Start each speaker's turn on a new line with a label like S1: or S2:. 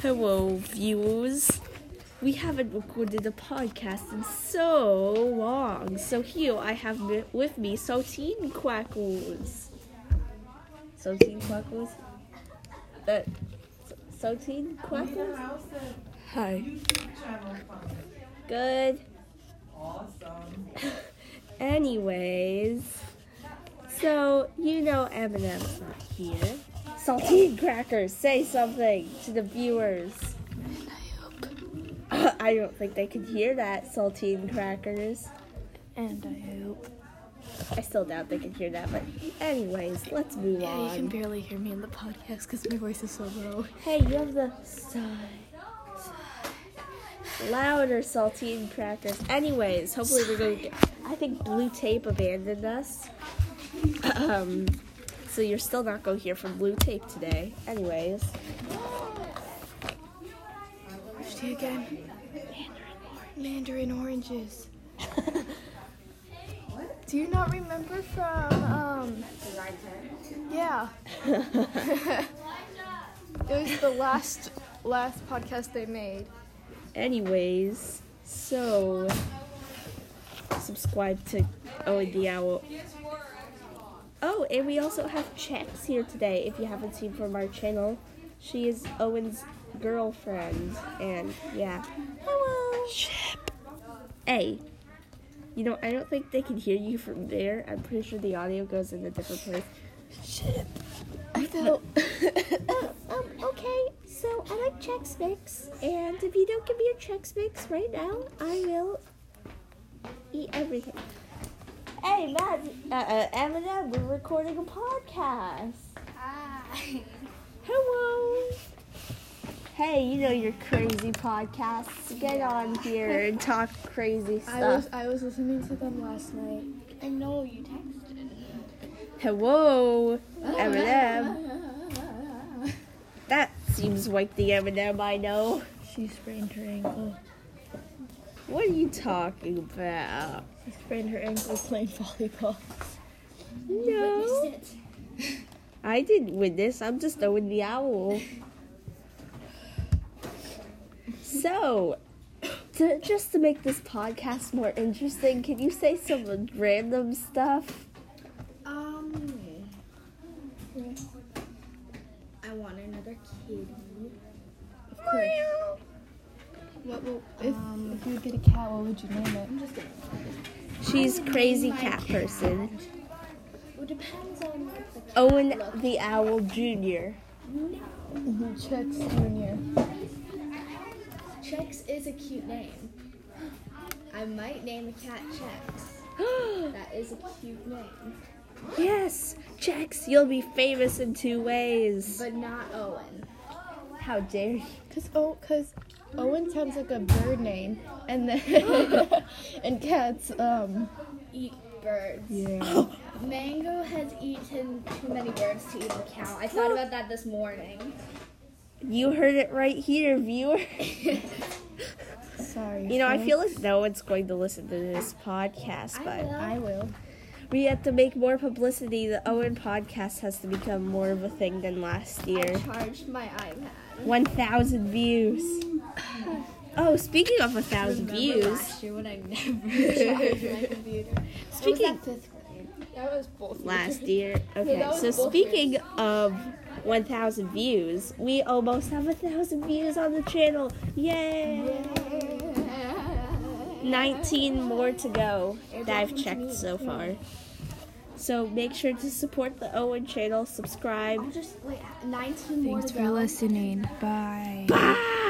S1: Hello, viewers. We haven't recorded a podcast in so long, so here I have mi- with me Saltine Quackles. Saltine Quackles? That. Saltine Quackles? Hi. Good.
S2: Awesome.
S1: Anyways, so you know Eminem's not here. Saltine crackers, say something to the viewers. And I hope. I don't think they could hear that, saltine crackers.
S3: And I hope.
S1: I still doubt they can hear that, but anyways, let's move
S3: Yeah, you can
S1: on.
S3: barely hear me in the podcast because my voice is so low.
S1: hey, you have the sigh. Louder saltine crackers. Anyways, hopefully we're going to get. I think blue tape abandoned us. um, so you're still not going to hear from blue tape today. Anyways.
S3: Which do you again? Mandarin oranges. do you not remember from um? Yeah. it was the last last podcast they made.
S1: Anyways, so subscribe to Owen the Owl. Oh, and we also have Chex here today. If you haven't seen from our channel, she is Owen's girlfriend, and yeah. Hello. Ship. Hey, you know I don't think they can hear you from there. I'm pretty sure the audio goes in a different place.
S3: I thought.
S1: Oh, um, okay. So I like Chex Mix, and if you don't give me your Chex Mix right now, I will eat everything. Hey, Matt, uh, uh, Eminem, we're recording a podcast.
S3: Hi.
S1: Hello. Hey, you know your crazy podcasts. Get on here and talk crazy
S3: I
S1: stuff.
S3: was I was listening to them last night. I know you texted.
S1: Hello, Eminem. That seems like the Eminem I know.
S3: She sprained her ankle.
S1: What are you talking about?
S3: She sprained her ankle playing volleyball.
S1: No. I didn't win this. I'm just Owen the Owl. so, to, just to make this podcast more interesting, can you say some random stuff?
S4: Um. I want another kitty.
S3: Of course. What will, if, if you would get a cat, what would you name it?
S1: She's crazy cat person.
S4: Well, depends on like, the cat.
S1: Owen the Owl Jr.
S3: Chex Junior.
S4: Chex is a cute name. I might name a cat Chex. That is a cute name,
S1: yes, Chex, you'll be famous in two ways.
S4: but not Owen.
S1: How dare you?
S3: Cause oh, cause Owen sounds like a bird name, and then and cats um.
S4: Eat birds.
S3: Yeah.
S4: Mango has eaten too many birds to eat a cow. I thought about that this morning.
S1: You heard it right here, viewer.
S3: Sorry.
S1: You know, I
S3: Phil.
S1: feel like no one's going to listen to this podcast,
S4: I
S1: but
S4: will.
S3: I will.
S1: we have to make more publicity. The Owen podcast has to become more of a thing than last
S4: I
S1: year.
S4: charged my iPad.
S1: 1,000 views. Oh, speaking of 1,000
S4: Remember
S1: views,
S4: last year when I never charged my computer?
S1: speaking
S4: fifth grade. That was both.
S1: last year. Okay,
S4: that was
S1: so
S4: bullshit.
S1: speaking of 1,000 views, we almost have 1,000 views on the channel. Yay! 19 more to go that I've checked so far. So make sure to support the Owen channel, subscribe.
S4: Just like 19 more to go.
S3: listening. Bye.
S1: Bye!
S4: Ah!